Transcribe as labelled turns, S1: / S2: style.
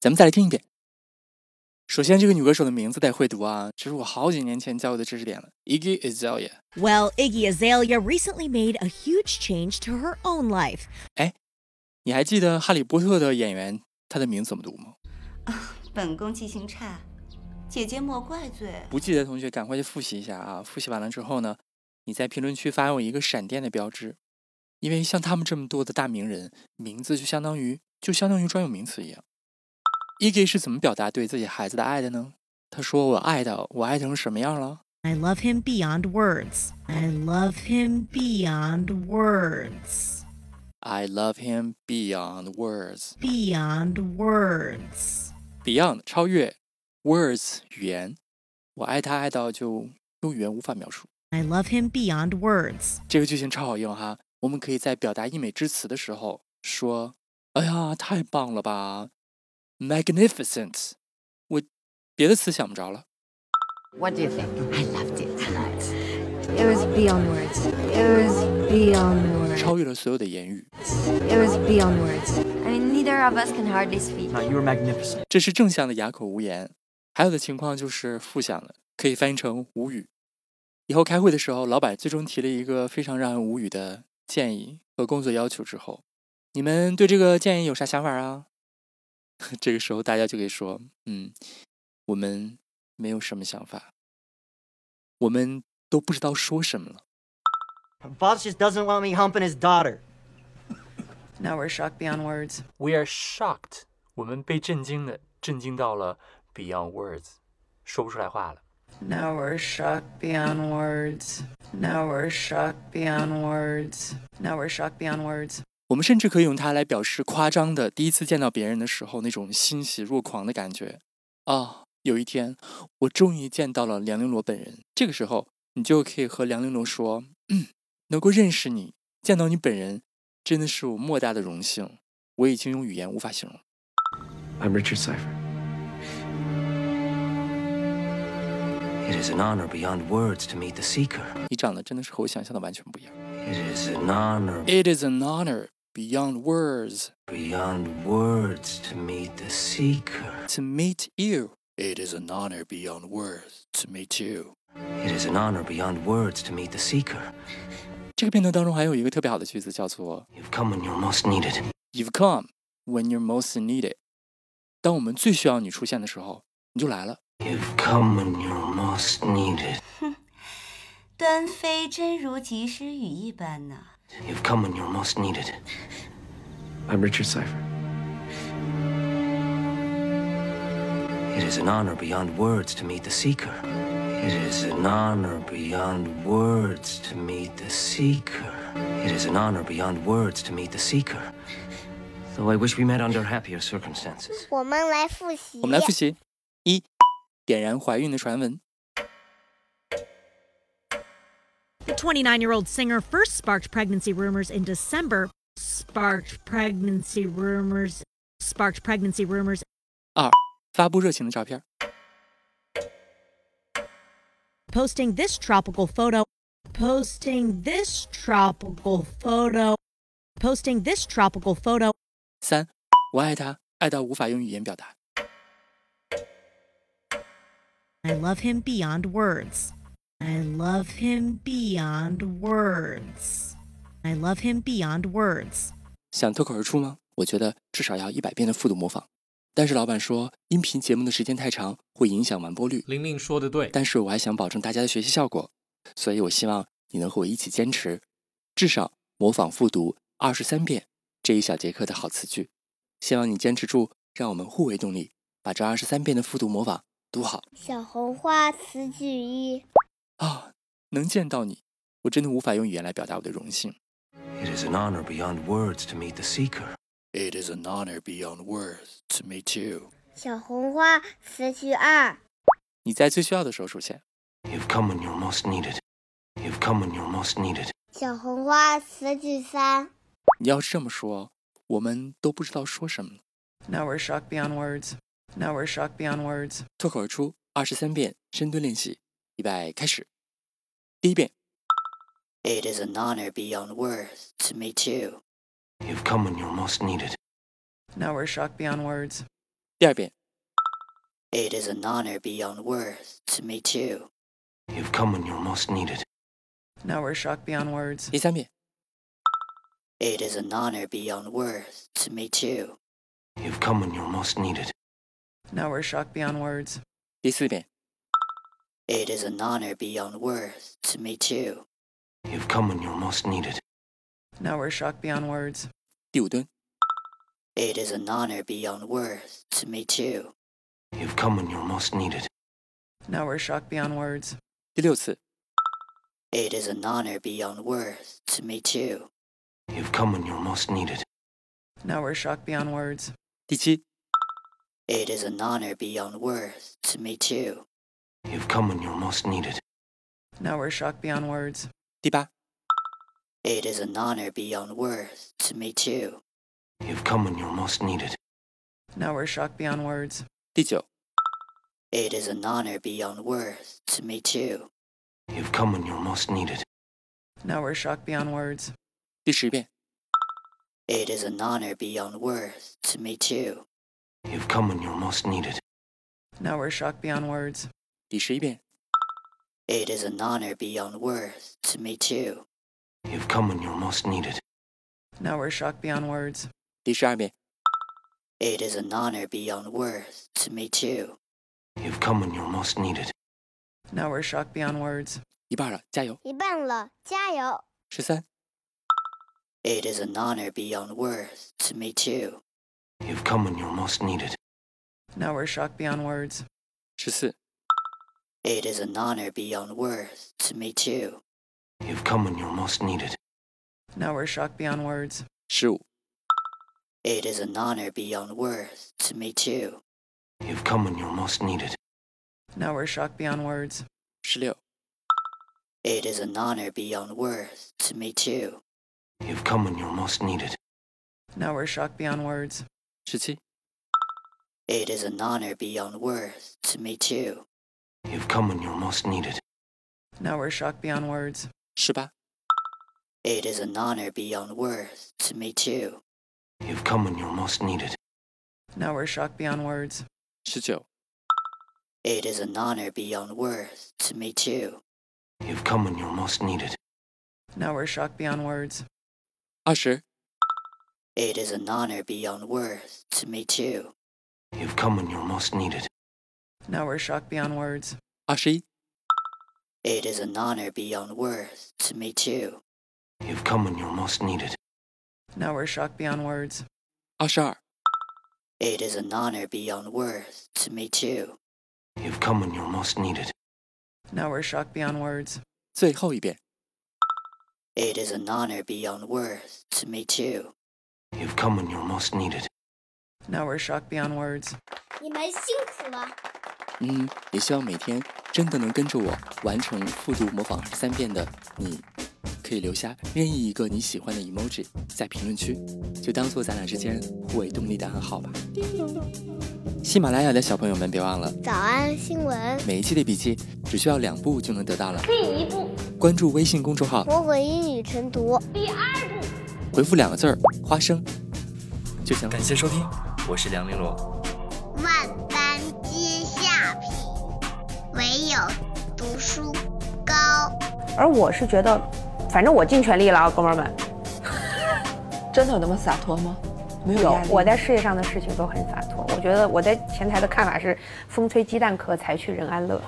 S1: 咱们再来听一遍。首先，这个女歌手的名字得会读啊，这是我好几年前教我的知识点了，Iggy Azalea。
S2: Well, Iggy Azalea recently made a huge change to her own life.
S1: 你还记得《哈利波特》的演员他的名字怎么读吗？
S3: 本宫记性差，姐姐莫怪罪。
S1: 不记得的同学赶快去复习一下啊！复习完了之后呢，你在评论区发我一个闪电的标志，因为像他们这么多的大名人，名字就相当于就相当于专有名词一样。Iggy 是怎么表达对自己孩子的爱的呢？他说：“我爱的，我爱成什么样了
S2: I love him beyond words. I love him beyond words.
S1: ？I love him beyond words.
S2: Beyond words.
S1: Beyond 超越，words 语言，我爱他爱到就用语言无法描述。
S2: I love him beyond words.
S1: 这个句型超好用哈，我们可以在表达溢美之词的时候说：“哎呀，太棒了吧，magnificent！” 我别的词想不着了。
S4: What do you think? I loved it tonight. It was beyond words. It was beyond words.
S1: 超越了所有的言语，
S4: It was beyond words. I mean, neither of us can hardly speak.
S5: No, you were magnificent.
S1: 这是正向的哑口无言。还有的情况就是负向的，可以翻译成无语。以后开会的时候，老板最终提了一个非常让人无语的建议和工作要求之后，你们对这个建议有啥想法啊？ 这个时候大家就可以说，嗯，我们没有什么想法，我们都不知道说什么了。
S6: Her boss just doesn't want me humping his daughter.
S7: Now we're shocked beyond words.
S1: We are shocked，我们被震惊的，震惊到了 beyond words，说不出来话了。
S7: Now we're shocked beyond words. Now we're shocked beyond words. Now we're shocked beyond words.
S1: 我们甚至可以用它来表示夸张的第一次见到别人的时候那种欣喜若狂的感觉。啊，有一天我终于见到了梁玲珑本人。这个时候，你就可以和梁玲珑说：“嗯，能够认识你，见到你本人，真的是我莫大的荣幸。我已经用语言无法形容。
S8: I'm Richard Cypher. It is an honor beyond words to meet the Seeker.
S1: 你长得真的是和我想象的完全不一样。
S8: It is an honor
S1: It is an honor beyond words
S8: beyond words to meet the Seeker.
S1: to meet you. It is an honor beyond words to meet you.
S8: It is an honor beyond words to meet the Seeker.
S1: 这个片段当中还有一个特别好的句子叫做
S8: You've come when you're most needed.
S1: "You've come when you're most needed." 当我们最需要你出现的时候，你就来了。
S8: You've come when you're most needed.
S3: 端妃真如及时雨一般呢。
S8: You've come when you're most needed. I'm Richard Cypher. It is an honor beyond words to meet the Seeker. It is an honor beyond words to meet the Seeker. It is an honor beyond words to meet the Seeker. Though I wish we met under happier circumstances.
S9: 我们来复习
S1: 我。们来复习：一、点燃怀孕的传闻；
S2: The 29 year old singer first sparked pregnancy rumors in December. Sparked pregnancy rumors. Sparked pregnancy rumors.
S1: 二、发布热情的照片；
S2: Posting this tropical photo. Posting this tropical photo. Posting this tropical photo.
S1: 三、我爱他，爱到无法用语言表达；
S2: I love him beyond words. I love him beyond words. I love him beyond words.
S1: 想脱口而出吗？我觉得至少要一百遍的复读模仿。但是老板说，音频节目的时间太长，会影响完播率。
S10: 玲玲说的对，
S1: 但是我还想保证大家的学习效果，所以我希望你能和我一起坚持，至少模仿复读二十三遍这一小节课的好词句。希望你坚持住，让我们互为动力，把这二十三遍的复读模仿读好
S9: 小红花词句一，
S1: 啊！能见到你，我真的无法用语言来表达我的荣幸。
S8: It is an honor beyond words to meet the Seeker.
S1: It is an honor beyond words to meet you。
S9: 小红花词句二，
S1: 你在最需要的时候出现。
S8: You've come when you're most needed. You've come when you're most needed.
S9: 小红花词句三，
S1: 你要是这么说，我们都不知道说什么了。
S7: Now we're shocked beyond words. Now we're shocked beyond words.
S1: 脱口而出二十三遍深蹲练习，预备开始。第一遍，
S5: It is an honor beyond words to meet you.
S8: You've come when you're most needed.
S7: Now we're shocked beyond words.
S1: 第二遍，
S5: It is an honor beyond words to meet you.
S8: You've come when you're most needed.
S7: Now we're shocked beyond words.
S1: 第三遍，
S5: It is an honor beyond words to meet you.
S8: You've come when you're most needed.
S7: Now we're shocked beyond words.
S1: 第四遍，
S5: It is an honor beyond words to meet you.
S8: You've come when you're most needed.
S7: Now we're shocked beyond words.
S1: 第五蹲，
S5: It is an honor beyond words to meet you.
S8: You've come when you're most needed.
S7: Now we're shocked beyond words.
S1: 第六次，
S5: It is an honor beyond words to meet you.
S8: You've come when you're most needed.
S7: Now we're shocked beyond words.
S1: 第七，
S5: It is an honor beyond words to meet you.
S8: You've come when you're most needed.
S7: Now we're shocked beyond words.
S1: 第八，
S5: It is an honor beyond words to meet you.
S8: You've come when you're most needed.
S7: Now we're shocked beyond words.
S1: 第九，
S5: It is an honor beyond words to meet you.
S8: You've come when you're most needed.
S7: Now we're shocked beyond words.
S1: 第十遍，
S5: It is an honor beyond words to meet you.
S8: You've come when you're most needed.
S7: Now we're shocked beyond words.
S1: 第十一遍，
S5: It is an honor beyond words to meet you.
S8: You've come when you're most needed.
S7: Now we're shocked beyond words.
S1: 第十二遍，
S5: It is an honor beyond words to meet you.
S8: You've come when you're most needed.
S7: Now we're shocked beyond words.
S1: 一半了，加油！
S9: 一半了，加油！
S1: 十三、
S5: It is an honor beyond words to meet you.
S8: You've come when you're most needed.
S7: Now we're shocked beyond words.
S1: 十四、
S5: It is an honor beyond words to meet you.
S8: You've come when you're most needed.
S7: Now we're shocked beyond words.
S1: 十五、
S5: It is an honor beyond words to meet you.
S8: You've come when you're most needed.
S7: Now we're shocked beyond words.
S1: 十六、
S5: It is an honor beyond words to meet you.
S8: You've come when you're most needed.
S7: Now we're shocked beyond words.
S1: 十七、
S5: It is an honor beyond words to meet you.
S8: You've come when you're most needed.
S7: Now we're shocked beyond words.
S1: 十八、
S5: It is an honor beyond words to meet you.
S8: You've come when you're most needed.
S7: Now we're shocked beyond words.
S1: 十九、
S5: It is an honor beyond words to meet you.
S8: You've come when you're most needed.
S7: Now we're shocked beyond words.
S1: 二十、
S5: It is an honor beyond words to meet you.
S8: You've come when you're most needed.
S7: Now we're shocked beyond words.
S1: 二十一、
S5: It is an honor beyond words to meet you.
S8: You've come when you're most needed.
S7: Now we're shocked beyond words.
S1: 二十二、
S5: It is an honor beyond words to meet you.
S8: You've come when you're most needed.
S7: Now we're shocked beyond words.
S1: 最后一遍。
S5: It is an honor beyond words to meet you.
S8: You've come when you're most needed.
S7: Now we're shocked beyond words.
S9: 你们辛苦了。
S1: 嗯，也希望每天真的能跟着我完成复读模仿三遍的你，可以留下任意一个你喜欢的 emoji 在评论区，就当做咱俩之间互为动力的暗号吧。喜马拉雅的小朋友们，别忘了
S9: 早安新闻，
S1: 每一期的笔记只需要两步就能得到了。
S9: 第一步，
S1: 关注微信公众号，
S9: 魔鬼英语晨读。
S1: 回复两个字儿“花生”就行了。
S8: 感谢收听，我是梁玲珑。
S9: 万般皆下品，唯有读书高。
S10: 而我是觉得，反正我尽全力了啊，哥们儿们。
S7: 真的有那么洒脱吗？没有
S10: 有
S7: 压力
S10: 我在事业上的事情都很洒脱，我觉得我在前台的看法是，风吹鸡蛋壳，才去人安乐。